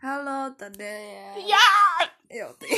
Halo, tady je... Já! Jo, ty.